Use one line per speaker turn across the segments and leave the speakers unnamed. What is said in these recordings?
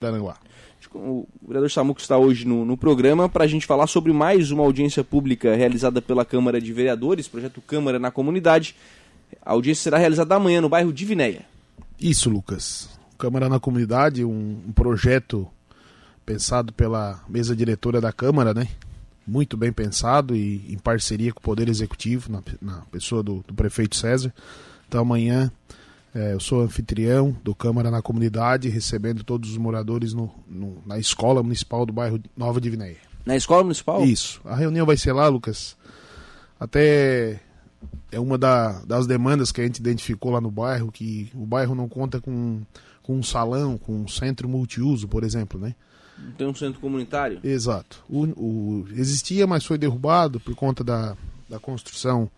Daranguá.
O vereador Samuco está hoje no, no programa para a gente falar sobre mais uma audiência pública realizada pela Câmara de Vereadores, projeto Câmara na Comunidade. A audiência será realizada amanhã no bairro Divinéia.
Isso, Lucas. Câmara na Comunidade, um, um projeto pensado pela mesa diretora da Câmara, né? Muito bem pensado e em parceria com o Poder Executivo, na, na pessoa do, do prefeito César. Então amanhã é, eu sou anfitrião do Câmara na Comunidade, recebendo todos os moradores no, no, na Escola Municipal do bairro Nova Divinéia.
Na Escola Municipal?
Isso. A reunião vai ser lá, Lucas. Até é uma da, das demandas que a gente identificou lá no bairro, que o bairro não conta com, com um salão, com um centro multiuso, por exemplo, né?
Não tem um centro comunitário?
Exato. O, o, existia, mas foi derrubado por conta da, da construção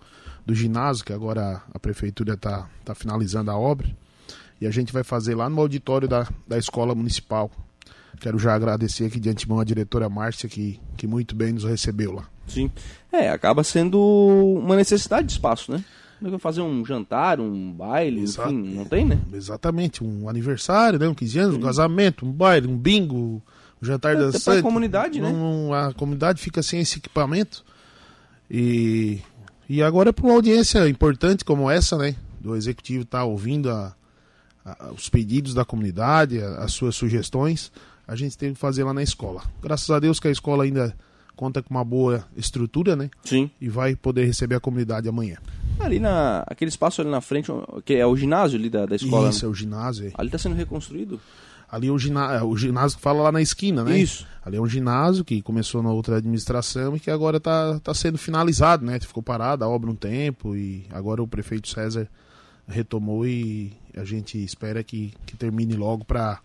do ginásio, que agora a prefeitura está tá finalizando a obra. E a gente vai fazer lá no auditório da, da escola municipal. Quero já agradecer aqui de antemão a diretora Márcia, que, que muito bem nos recebeu lá.
Sim. É, acaba sendo uma necessidade de espaço, né? Fazer um jantar, um baile,
Exa-
enfim, não tem, né?
Exatamente, um aniversário, né? Um 15 anos, um casamento, um baile, um bingo, um jantar
É, até pra
dançante.
comunidade, né?
Não- a comunidade fica sem esse equipamento. E, e agora para uma audiência importante como essa, né? Do executivo estar ouvindo a- a- os pedidos da comunidade, a- as suas sugestões, a gente teve que fazer lá na escola. Graças a Deus que a escola ainda conta com uma boa estrutura, né?
Sim.
E vai poder receber a comunidade amanhã.
Ali na. Aquele espaço ali na frente, que é o ginásio ali da, da escola.
Isso,
né?
é o ginásio. é.
Ali está sendo reconstruído?
Ali é o, gina- é o ginásio que fala lá na esquina, né?
Isso.
Ali é um ginásio que começou na outra administração e que agora está tá sendo finalizado, né? Ficou parado a obra um tempo e agora o prefeito César retomou e a gente espera que, que termine logo para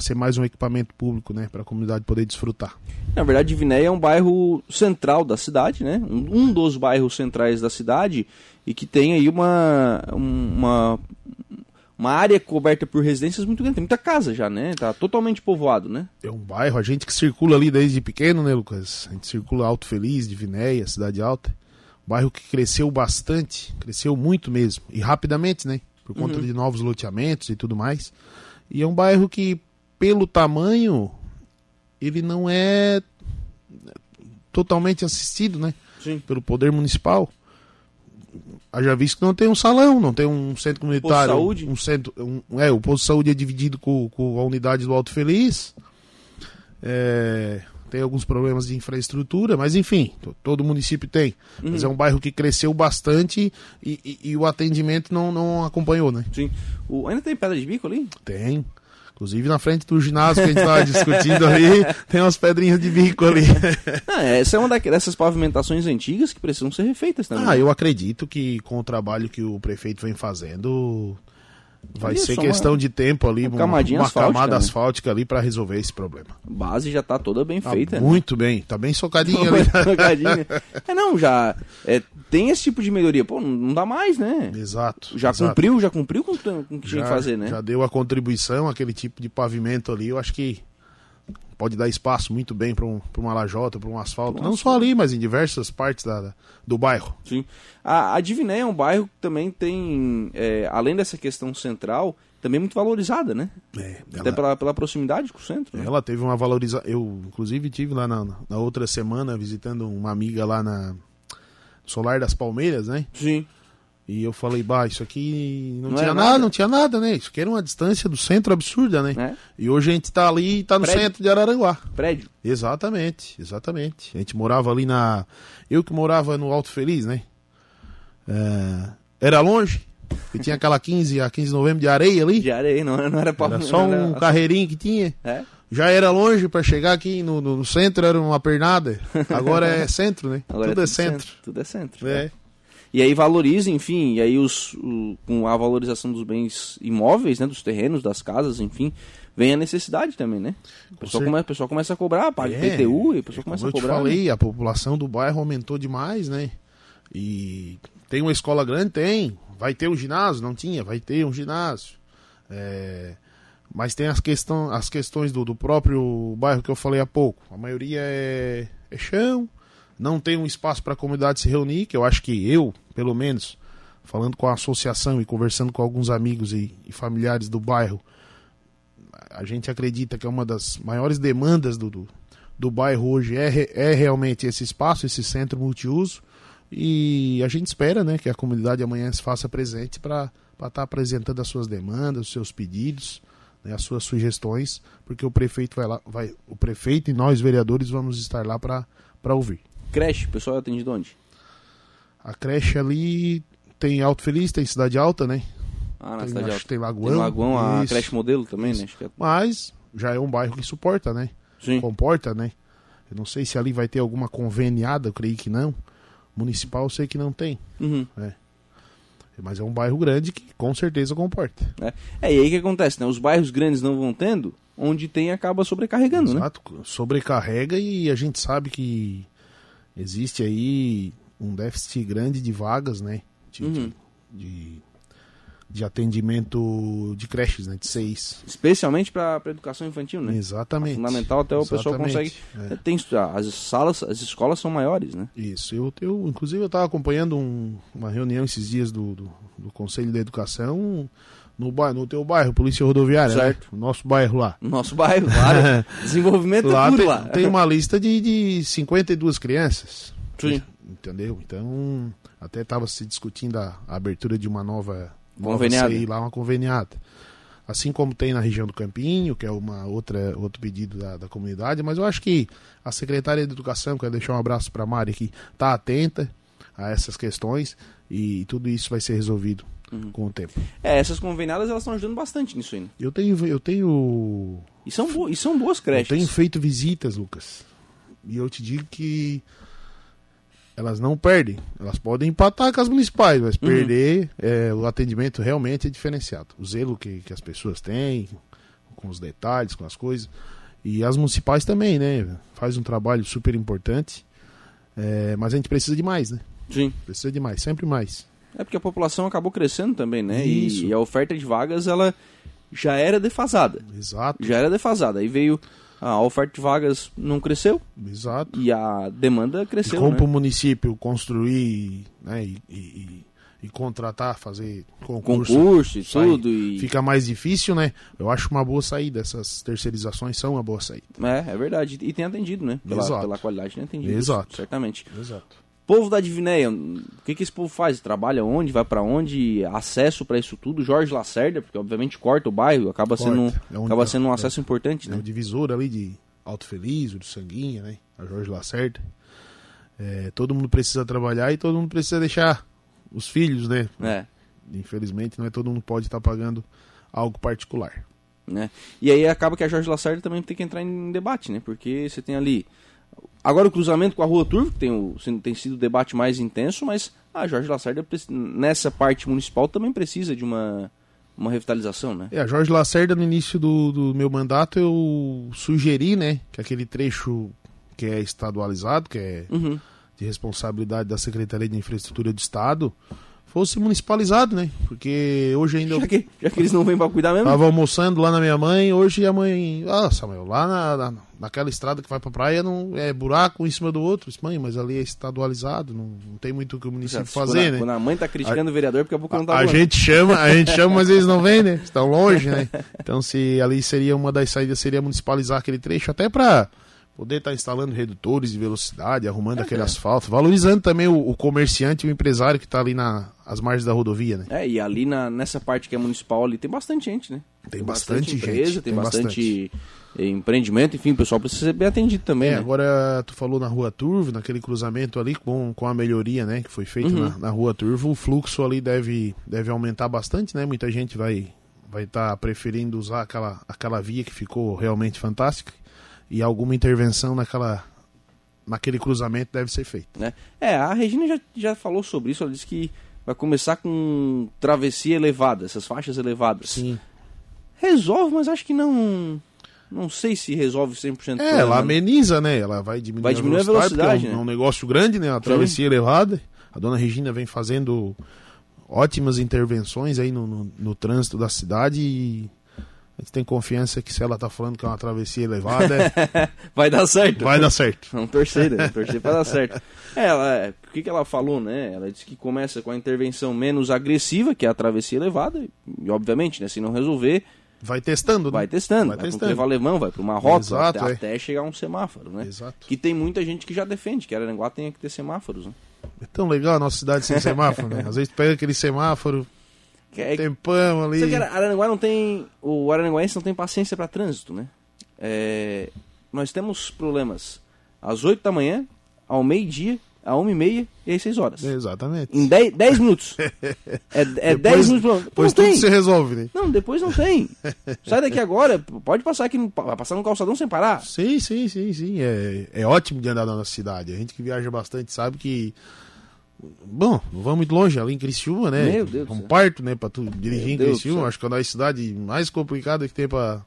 ser mais um equipamento público, né? Para a comunidade poder desfrutar.
Na verdade, Divinéia é um bairro central da cidade, né? Um, um dos bairros centrais da cidade e que tem aí uma, um, uma, uma área coberta por residências muito grande. Tem muita casa já, né? Tá totalmente povoado, né?
É um bairro, a gente que circula ali desde pequeno, né, Lucas? A gente circula Alto Feliz, Divinéia, Cidade Alta. Um Bairro que cresceu bastante, cresceu muito mesmo. E rapidamente, né? Por conta de novos loteamentos e tudo mais. E é um bairro que, pelo tamanho, ele não é totalmente assistido, né?
Sim.
Pelo poder municipal. Haja visto que não tem um salão, não tem um centro comunitário.
saúde?
Um centro, um- é, o posto de saúde é dividido com, com a unidade do Alto Feliz. É, tem alguns problemas de infraestrutura, mas enfim, to- todo município tem. Mas é um bairro que cresceu bastante e, e- e o atendimento não, não acompanhou, né?
Sim. O, ainda tem pedra de bico ali?
Tem. Inclusive na frente do ginásio que a gente estava discutindo ali, tem umas pedrinhas de bico ali.
Ah, essa é uma daque- dessas pavimentações antigas que precisam ser refeitas né? também.
Ah, eu acredito que com o trabalho que o prefeito vem fazendo, vai
Isso,
ser
uma-
questão de tempo ali,
uma
uma,
camadinha
uma
asfáltica,
camada
né?
asfáltica ali para resolver esse problema.
A base já tá toda bem
Tá
feita. né?
muito bem, tá bem socadinho ali.
Trocadilho. é não, já é, tem esse tipo de melhoria. Pô, não, não dá mais, né?
Exato.
Já
exato.
cumpriu, já cumpriu com, o- com o que tinha que fazer, né?
Já deu a contribuição, aquele tipo de pavimento ali, eu acho que pode dar espaço muito bem para um, pra uma lajota, para um asfalto. Não só ali, mas em diversas partes da- da, do bairro.
Sim. A, a Diviné é um bairro que também tem, é, além dessa questão central, também muito valorizada, né?
É,
Até pela, pela proximidade com o centro. né?
Ela teve uma valorização. Eu, inclusive, tive lá na, na outra semana visitando uma amiga lá na Solar das Palmeiras, né?
Sim.
E eu falei, bah, isso aqui não,
Não
tinha
é
nada.
nada.
não tinha nada, né? Isso aqui era uma distância do centro absurda, né?
Né?
E hoje a gente tá ali e tá no
Prédio.
centro de Araranguá.
Prédio.
Exatamente, exatamente. A gente morava ali na. Eu que morava no Alto Feliz, né? É, Era longe, que tinha aquela 15 a 15 de novembro de areia ali.
De areia, não, não era pra
Era só
não
um
era-
carreirinho que tinha.
É?
Já era longe para chegar aqui no, no- no centro, era uma pernada. Agora é centro, né?
Agora
Tudo é centro.
Tudo é centro.
É.
E aí valoriza, enfim, e aí os, o- com a valorização dos bens imóveis, né, dos terrenos, das casas, enfim, vem a necessidade também, né? O pessoal,
cer-
come, o pessoal começa a cobrar, paga
É,
IPTU, e o
Como
pessoal começa
eu
a
te
cobrar. né?
falei, a população do bairro aumentou demais, né? E tem uma escola grande? Tem. Vai ter um ginásio? Não tinha, vai ter um ginásio. É, Mas tem as, questão, as questões do, do próprio bairro que eu falei há pouco. A maioria é, é chão, não tem um espaço para a comunidade se reunir, que eu acho que eu, pelo menos, falando com a associação e conversando com alguns amigos e, e familiares do bairro, a gente acredita que é uma das maiores demandas do, do, do bairro hoje é, re- é realmente esse espaço, esse centro multiuso. E a gente espera né, que a comunidade amanhã se faça presente para estar apresentando as suas demandas, os seus pedidos, né, as suas sugestões, porque o prefeito vai lá, vai, o prefeito e nós, vereadores, vamos estar lá para ouvir.
Creche, o pessoal é atendido onde?
A creche ali tem Alto Feliz, tem Cidade Alta, né?
Ah,
Tem,
na cidade
acho
alta.
que tem Lagoão.
Tem Lagoão, a
Isso.
creche modelo também, né? Acho que é-
Mas já é um bairro que suporta, né?
Sim.
Comporta, né? Eu não sei se ali vai ter alguma conveniada, eu creio que não. Municipal eu sei que não tem.
Uhum.
Mas é um bairro grande que com certeza comporta.
É. É, e aí o que acontece, né? Os bairros grandes não vão tendo, onde tem acaba sobrecarregando, né?
Exato. Sobrecarrega e a gente sabe que existe aí um déficit grande de vagas, né? De,
Uhum.
de, de atendimento de creches, né? De seis.
Especialmente pra pra educação infantil, né?
Exatamente.
Fundamental até o pessoal consegue.
Exatamente. É.
É, Tem, as salas, as escolas são maiores, né?
Isso, eu, eu inclusive eu estava acompanhando um- uma reunião esses dias do, do, do Conselho da Educação no, bairro, no teu bairro, Polícia Rodoviária, né?
Certo.
o nosso bairro lá.
No nosso bairro, claro. Desenvolvimento é
Lá
tudo
tem,
lá.
tem uma lista de, de 52 crianças,
Sim.
entendeu? Então, até estava se discutindo a, a abertura de uma nova nova
Conveniada.
CI lá, uma conveniada. Assim como tem na região do Campinho, que é uma outra, outro pedido da, da comunidade, mas eu acho que a secretária de Educação, quero deixar um abraço para a Mari, que está atenta a essas questões e tudo isso vai ser resolvido com o tempo.
É, essas conveniadas elas estão ajudando bastante nisso aí. né?
Eu tenho, eu tenho
E são, bo- e são boas
Eu
creches.
tenho feito visitas, Lucas. E eu te digo que elas não perdem. Elas podem empatar com as municipais, mas
Uhum.
perder é, o atendimento realmente é diferenciado. O zelo que, que as pessoas têm, com os detalhes, com as coisas. E as municipais também, né? Faz um trabalho super importante. É, mas a gente precisa de mais, né?
Sim.
Precisa de mais, sempre mais.
É porque a população acabou crescendo também, né? E-
Isso.
E, a oferta de vagas, ela já era defasada.
Exato,
Já era defasada. Aí veio a oferta de vagas não cresceu
exato.
e a demanda
E
cresceu,
como
né?
o município construir né, e, e- e- e contratar, fazer concurso,
Concurso e
isso aí
tudo. E...
fica mais difícil, né? Eu acho uma boa saída. Essas terceirizações são uma boa saída.
É, é verdade. E tem atendido, né? Pela,
Exato.
pela qualidade tem atendido.
Exato.
Certamente.
Exato.
Povo da Divinéia, o que, que esse povo faz? Trabalha onde? Vai pra onde? Acesso pra isso tudo? Jorge Lacerda, porque obviamente corta o bairro, acaba,
Corta.
sendo,
É um-
acaba
é-
sendo um acesso importante,
É
né?
o divisor ali de Alto Feliz, o do Sanguinha, né? A Jorge Lacerda. É, todo mundo precisa trabalhar e todo mundo precisa deixar os filhos, né?
É,
Infelizmente, não é todo mundo pode estar pagando algo particular.
né? E aí acaba que a Jorge Lacerda também tem que entrar em debate, né? Porque você tem ali. Agora o cruzamento com a Rua Turvo, que tem, o, tem sido o debate mais intenso, mas a Jorge Lacerda, preci- nessa parte municipal, também precisa de uma, uma revitalização, né?
É, a Jorge Lacerda, no início do, do meu mandato, eu sugeri, né? Que aquele trecho que é estadualizado, que é
Uhum.
de responsabilidade da Secretaria de Infraestrutura do Estado fosse municipalizado, né? Porque hoje ainda eu
Já, que, já que eles não vêm pra cuidar mesmo.
tava almoçando lá na minha mãe, hoje a mãe, ah, Samuel, lá na, na- naquela estrada que vai pra praia não é buraco um em cima do outro, Eu disse, mãe, mas ali é estadualizado, não, não tem muito o que o município
Quando a-
fazer,
Quando
né?
a mãe tá criticando o vereador, porque a boca não tá
A
boa, né?
gente chama, a gente chama, mas eles não vêm, né? Estão longe, né? Então se ali seria uma das saídas seria municipalizar aquele trecho até pra poder estar instalando redutores de velocidade, arrumando aquele asfalto, valorizando também o, o comerciante e o empresário que está ali na as margens da rodovia, né?
É, e ali na, nessa parte que é municipal ali tem bastante gente, né?
Tem bastante
empresa,
gente, tem
tem, bastante, empreendimento, enfim, o pessoal precisa ser bem atendido também,
É,
né?
agora tu falou na Rua Turvo, naquele cruzamento ali com, com a melhoria, né, que foi feita na, na Rua Turvo, o fluxo ali deve, deve aumentar bastante, né? Muita gente vai vai estar preferindo usar aquela, aquela via que ficou realmente fantástica e alguma intervenção naquela naquele cruzamento deve ser feita.
né? É, a Regina já, já falou sobre isso, ela disse que vai começar com travessia elevada, essas faixas elevadas. Resolve, mas acho que não... Não sei se resolve 100%.
É, ela
lá
ameniza, né? Ela vai diminuir,
Vai diminuir a
porque é um-
velocidade,
é
né?
um, negócio grande, né? A travessia elevada. A dona Regina vem fazendo ótimas intervenções aí no, no, no trânsito da cidade e a gente tem confiança que se ela tá falando que é uma travessia elevada, é,
Vai dar certo.
vai dar certo.
Vamos torcer, né? Vamos torcer pra dar certo. É, Ela, é, o que, que ela falou, né? Ela disse que começa com a intervenção menos agressiva, que é a travessia elevada, e obviamente, né? Se não resolver,
Vai testando, né?
Vai testando, vai,
Vai
para pro
testando.
Clevalevão, vai pro Marrocos,
Exato,
até,
é.
até chegar um semáforo, né?
Exato.
Que tem muita gente que já defende que Araranguá tem que ter semáforos, né?
É tão legal a nossa cidade sem semáforo, né? Às vezes pega aquele semáforo,
Que é-
tempão ali.
Só que Ara- Araranguá não tem. O Araranguaense não tem paciência para trânsito, né? É, nós temos problemas às 8 da manhã, ao meio-dia, à 1 e meia e às 6 horas.
Exatamente.
Em 10, 10 minutos. É, é 10 minutos. pra- Pô,
Pois
não
tudo
tem.
se resolve, né?
Não, depois não tem. Sai daqui agora, pode passar aqui, no- vai passar no calçadão sem parar.
Sim, sim, sim, sim. É, é ótimo de andar na nossa cidade. A gente que viaja bastante sabe que. Bom, não vamos muito longe, ali em Criciúma, né?
Meu Deus do
É um
céu.
parto, né, pra tu dirigir
Meu
em
Deus do
Criciúma.
céu.
Acho que é uma das cidades mais complicadas que tem pra,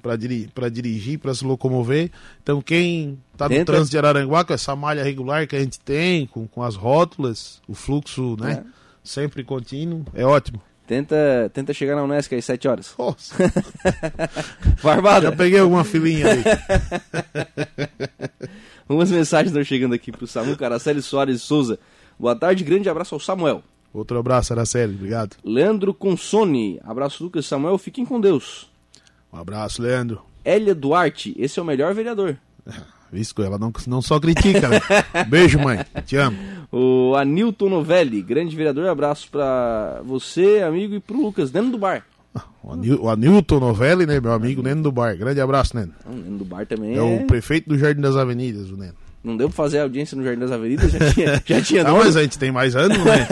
pra, diri pra dirigir, pra se locomover. Então, quem tá no
Entra.
trânsito de Araranguá, com essa malha regular que a gente tem, com, com as rótulas, o fluxo, né?
É.
Sempre contínuo, é ótimo.
Tenta, tenta chegar na Unesco às 7 horas.
Nossa, já
Barbada,
peguei alguma filinha ali.
umas mensagens estão chegando aqui pro Samu Caracelli Soares Souza. Boa tarde, grande abraço ao Samuel.
Outro abraço, Araceli, obrigado.
Leandro Consone, abraço Lucas e Samuel, fiquem com Deus.
Um abraço, Leandro.
Elia Duarte, esse é o melhor vereador.
Isso, ela não, não só critica, né? Beijo, mãe. Te amo.
O Anilton Novelli, grande vereador, abraço pra você, amigo, e pro Lucas, dentro do bar.
O, Anil, o Anilton Novelli, né? Meu amigo Neno do Bar. Grande abraço, Neno.
Não, dentro do bar também
É,
é...
o prefeito do Jardim das Avenidas, o Neno.
Não deu pra fazer audiência no Jardim das Avenidas, já tinha, já tinha
Ah,
dono,
mas a gente tem mais anos, né?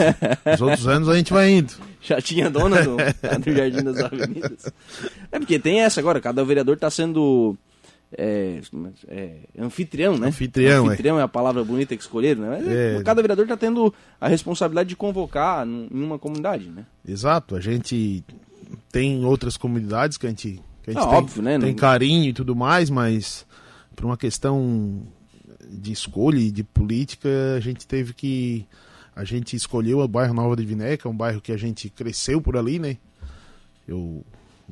Os outros anos a gente vai indo.
já tinha dona do, lá do Jardim das Avenidas. É porque tem essa agora, cada vereador tá sendo é, é, anfitrião, né?
Anfitrião, é.
anfitrião é. a palavra bonita que escolheram, né? Mas é,
É.
Cada vereador tá tendo a responsabilidade de convocar num- em uma comunidade, né?
Exato, a gente tem outras comunidades que a gente, que a gente
Ah,
tem,
óbvio, né?
tem
Não-
carinho e tudo mais, mas por uma questão de escolha e de política, a gente teve que. A gente escolheu o bairro Nova de Viné, que é um bairro que a gente cresceu por ali, né? Eu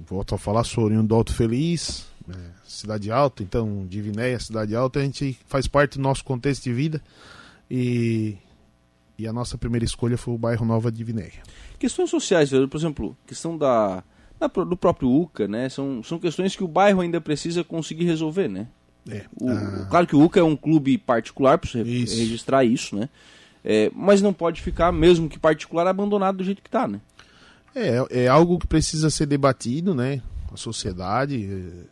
volto a falar, sou oriundo do Alto Feliz, né, Cidade Alta, então Divinéia, Cidade Alta, a gente faz parte do nosso contexto de vida e, e a nossa primeira escolha foi o bairro Nova de Vinéia.
Questões sociais, vereador, por exemplo, questão da, da pro- do próprio UCA, né? São, são questões que o bairro ainda precisa conseguir resolver, né?
É,
O-
ah,
Claro que o UCA é um clube particular, para
Isso.
registrar isso, né? É, mas não pode ficar, mesmo que particular, abandonado do jeito que tá, né?
É, é algo que precisa ser debatido, né? A sociedade, eh,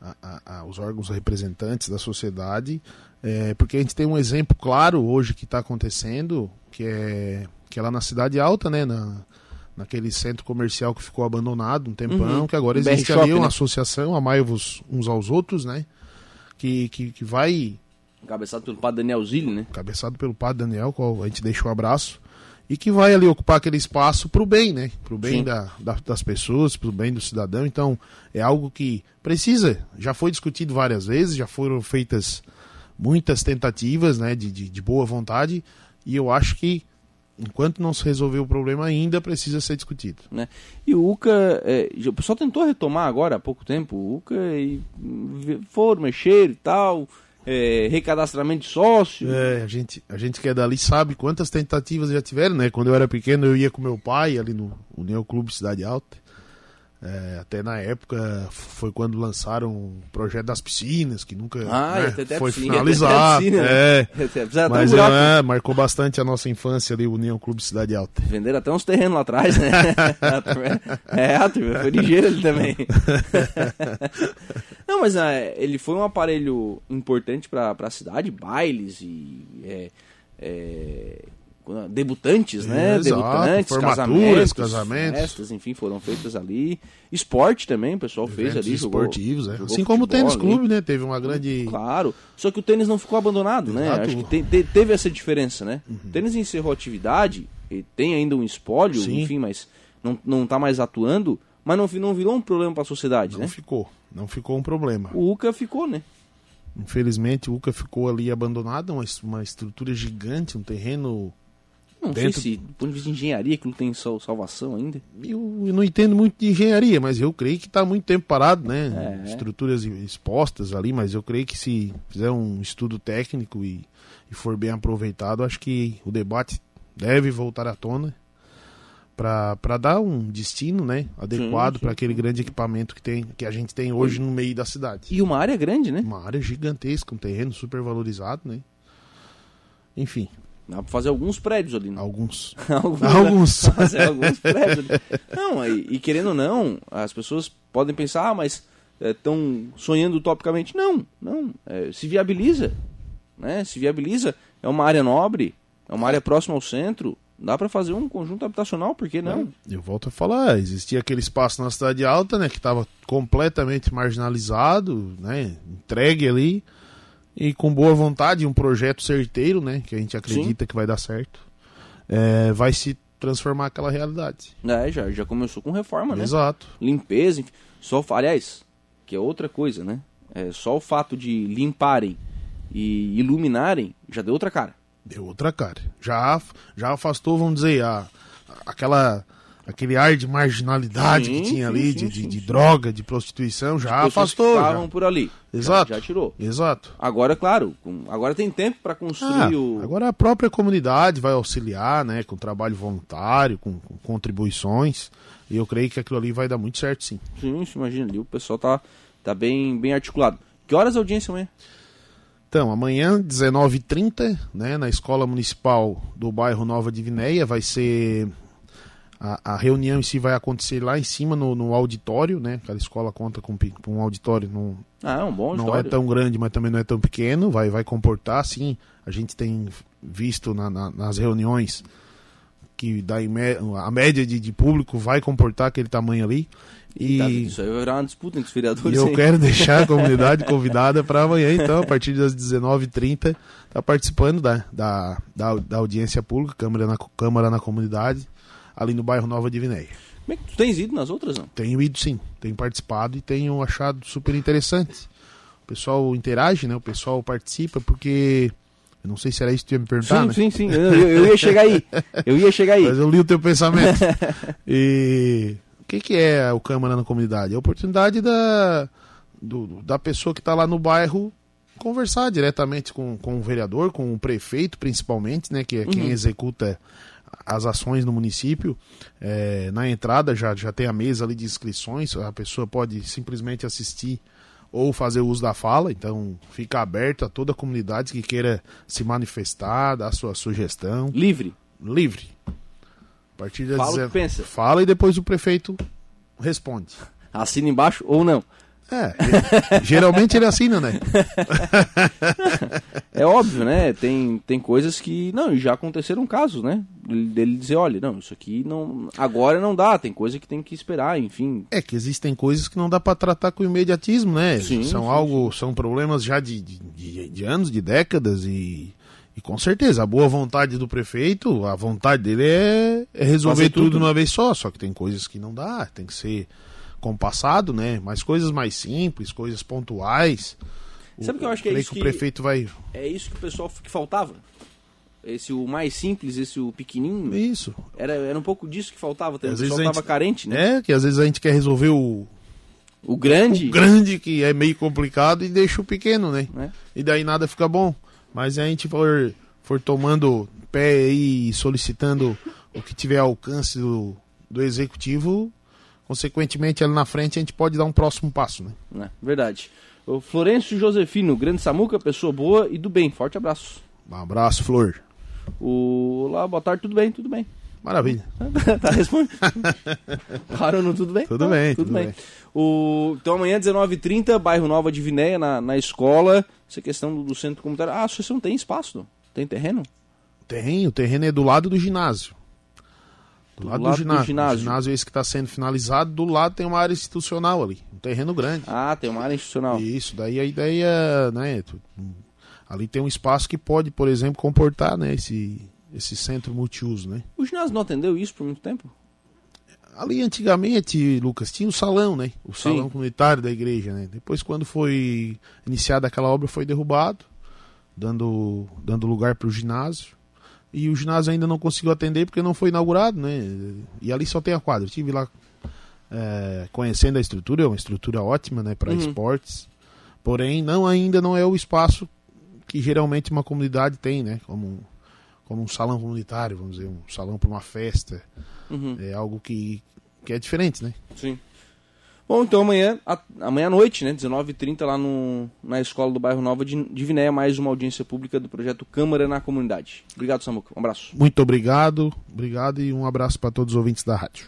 a- a- a- os órgãos representantes da sociedade, eh, porque a gente tem um exemplo claro hoje que está acontecendo, que é, que é lá na Cidade Alta, né? Na, naquele centro comercial que ficou abandonado um tempão,
Uhum.
que agora
O BR
existe ali
Shop,
uma
né?
associação, amai-vos uns aos outros, né? Que, que, que vai
Encabeçado pelo padre Daniel Zilli, né?
cabeçado pelo padre Daniel, qual a gente deixa um abraço, e que vai ali ocupar aquele espaço pro bem, né? Pro bem
Sim.
da, da- das pessoas, pro bem do cidadão. Então, é algo que precisa, já foi discutido várias vezes, já foram feitas muitas tentativas, né, de, de, de boa vontade, e eu acho que enquanto não se resolver o problema ainda precisa ser discutido.
né? E o UCA, é, já- o pessoal tentou retomar agora há pouco tempo o UCA e hum, vê- foram mexer e tal, é, recadastramento de sócio.
É, a gente, a gente que é dali sabe quantas tentativas já tiveram, né? Quando eu era pequeno, eu ia com meu pai ali no União Clube Cidade Alta. É, até na época foi quando lançaram o projeto das piscinas, que nunca
Ah,
né,
e até- até
foi
a piscina,
finalizado.
até a piscina,
é.
Precisava até um
Mas
buraco.
é, marcou bastante a nossa infância ali, o União Clube Cidade Alta.
Venderam até uns terrenos lá atrás, né? é, a turma foi ligeira ele também. Não, mas ah, ele foi um aparelho importante pra, pra cidade, bailes e... é, é, quando- debutantes, né?
Exato,
debutantes,
formaturas,
casamentos,
casamentos.
festas, enfim, foram feitas ali. Esporte também, o pessoal fez
Eventos
ali. jogou-
esportivos, é.
jogou
assim como o
futebol
tênis
ali.
clube, né? Teve uma grande.
Claro. Só que o tênis não ficou abandonado, né?
Exato. Uhum.
Acho que te- te- teve essa diferença, né? O tênis encerrou a atividade, e tem ainda um espólio,
Sim.
enfim, mas não, não tá mais atuando, mas não, vi- não virou um problema pra sociedade,
Não
né?
ficou, não ficou um problema.
O UCA ficou, né?
Infelizmente, o UCA ficou ali abandonado, uma, es- uma estrutura gigante, um terreno
Não
Dentro-
sei se, do ponto de vista de engenharia, aquilo tem sal- salvação ainda.
Eu, eu não entendo muito de engenharia, mas eu creio que está muito tempo parado, né?
É.
Estruturas expostas ali, mas eu creio que se fizer um estudo técnico e, e for bem aproveitado, acho que o debate deve voltar à tona para dar um destino né, adequado
sim,
para aquele grande equipamento que, tem, que a gente tem hoje no meio da cidade.
E uma área grande, né?
Uma área gigantesca, um terreno super valorizado, né? Enfim,
Dá pra fazer alguns prédios ali, né?
alguns.
Alguns.
Alguns.
né? Fazer alguns prédios ali. Não, e, e querendo ou não, as pessoas podem pensar, ah, mas estão sonhando utopicamente. Não, não. é, se viabiliza. Né? Se viabiliza. É uma área nobre, é uma área próxima ao centro. Dá pra fazer um conjunto habitacional, por que não?
Então, Eu volto a falar, existia aquele espaço na cidade alta, né, que estava completamente marginalizado, né, entregue ali e com boa vontade, um projeto certeiro, né, que a gente acredita que vai dar certo, é, vai se transformar aquela realidade.
É, já, já começou com reforma, né?
Exato.
limpeza, enfim. Só, o fa- aliás, que é outra coisa, né? É, só o fato de limparem e iluminarem já deu outra cara.
Deu outra cara. Já af- já afastou, vamos dizer, a, aquela aquele ar de marginalidade
Sim,
que tinha
sim,
ali,
sim,
de,
sim,
de, de
sim.
droga, de prostituição, já
Pessoas
afastou.
que
já.
estavam por ali. já-
Exato.
Já, tirou.
Exato.
Agora, claro, com- agora tem tempo para
Ah,
construir o.
Agora a própria comunidade vai auxiliar, né, com trabalho voluntário, com, com contribuições, e eu creio que aquilo ali vai dar muito certo, sim.
Sim, isso, imagina ali, o pessoal tá, tá bem, bem articulado. Que horas a audiência amanhã?
Então, amanhã, 19h30, né, na Escola Municipal do bairro Nova Divinéia, vai ser... A, a reunião em si vai acontecer lá em cima, no, no auditório, né, aquela escola conta com, pe- com um auditório, num,
Ah, é um bom
não é
auditório.
tão grande, mas também não é tão pequeno, vai, vai comportar, sim. A gente tem visto na- na- nas reuniões que dá em mé- a média de, de público vai comportar aquele tamanho ali. E,
Tá, isso aí vai virar uma disputa entre os
e
vereadores.
eu
hein?
quero deixar a comunidade convidada para amanhã, então, a partir das 19h30, tá participando da, da, da, da audiência pública, Câmara na, Câmara na Comunidade, ali no bairro Nova Divinéia.
Como é que tu tens ido nas outras, não?
Tenho ido sim, tenho participado e tenho achado super interessante. O pessoal interage, né? O pessoal participa, porque. Eu não sei se era isso que tu ia me perguntar, né?
sim, sim. Eu, eu ia chegar aí. Eu ia chegar aí.
Mas eu li o teu pensamento. e o que, que é o Câmara na comunidade? É a oportunidade da, do- da pessoa que está lá no bairro conversar diretamente com, com o vereador, com o prefeito, principalmente, né? Que é quem executa as ações no município. É, na entrada já, já tem a mesa ali de inscrições, a pessoa pode simplesmente assistir ou fazer uso da fala, então fica aberto a toda a comunidade que queira se manifestar, dar sua sugestão
Livre.
livre. A partir das
Fala o que
dezen-
pensa.
Fala e depois o prefeito responde.
Assina embaixo ou não.
É, ele- geralmente ele assina, né?
É óbvio, né? Tem, tem coisas que. Não, e já aconteceram casos, né? Dele dizer, olha, não, isso aqui não. Agora não dá, tem coisa que tem que esperar, enfim.
É que existem coisas que não dá para tratar com imediatismo, né?
Sim,
são
sim,
algo, são problemas já de, de, de- de anos, de décadas e, e com certeza a boa vontade do prefeito, a vontade dele é, é resolver
Fazer
tudo,
tudo, né?
de uma vez só. Só que tem coisas que não dá, tem que ser compassado, né? Mas coisas mais simples, coisas pontuais.
Sabe o que eu acho que é
creio
isso
que o
que-
prefeito vai
É isso que o pessoal que faltava. Esse o mais simples, esse o pequenininho.
isso.
Era, era um pouco disso que faltava também. O
Às vezes
pessoal
a gente-
tava carente, né?
É, que às vezes a gente quer resolver o
O grande.
grande, que é meio complicado, e deixa o pequeno, né?
né?
E daí nada fica bom. Mas a gente for, for tomando pé aí e solicitando o que tiver ao alcance do, do executivo, consequentemente ali na frente a gente pode dar um próximo passo, né?
Né? Verdade. O Florencio Josefino, grande Samuca, pessoa boa e do bem. Forte abraço.
Um abraço, Flor.
O... Olá, boa tarde, tudo bem, tudo bem.
Maravilha.
tá respondendo. Parou no tudo bem?
Tudo
Tá,
bem, tudo bem.
O... Então amanhã, 19h30, bairro Nova de Vinéia, na, na escola. Essa questão do, do centro comunitário. Ah, a associação tem espaço, não? Tem terreno?
O terreno, o terreno é do lado do ginásio. Do, lado, do ginásio. O ginásio é esse que está sendo finalizado. Do lado tem uma área institucional ali. Um terreno grande.
Ah, tem uma área institucional.
Isso, daí a ideia, né? tu- Ali tem um espaço que pode, por exemplo, comportar, né, esse, esse centro multiuso, né?
O ginásio não atendeu isso por muito tempo?
Ali antigamente, Lucas, tinha o salão, né? O
Sim.
salão comunitário da igreja, né? Depois quando foi iniciada aquela obra foi derrubado, dando dando lugar para o ginásio. E o ginásio ainda não conseguiu atender porque não foi inaugurado, né? E ali só tem a quadra. Eu tive lá é, conhecendo a estrutura, é uma estrutura ótima, né, para
Uhum.
esportes. Porém, não ainda não é o espaço que geralmente uma comunidade tem, né? Como como um salão comunitário, vamos dizer, um salão para uma festa.
Uhum.
É algo que, que é diferente, né?
Sim. Bom, então amanhã, a- amanhã à noite, né, 19h30, lá no, na escola do bairro Nova de, de Vinéia, mais uma audiência pública do projeto Câmara na Comunidade. Obrigado, Samuca. Um abraço.
Muito obrigado, obrigado e um abraço para todos os ouvintes da rádio.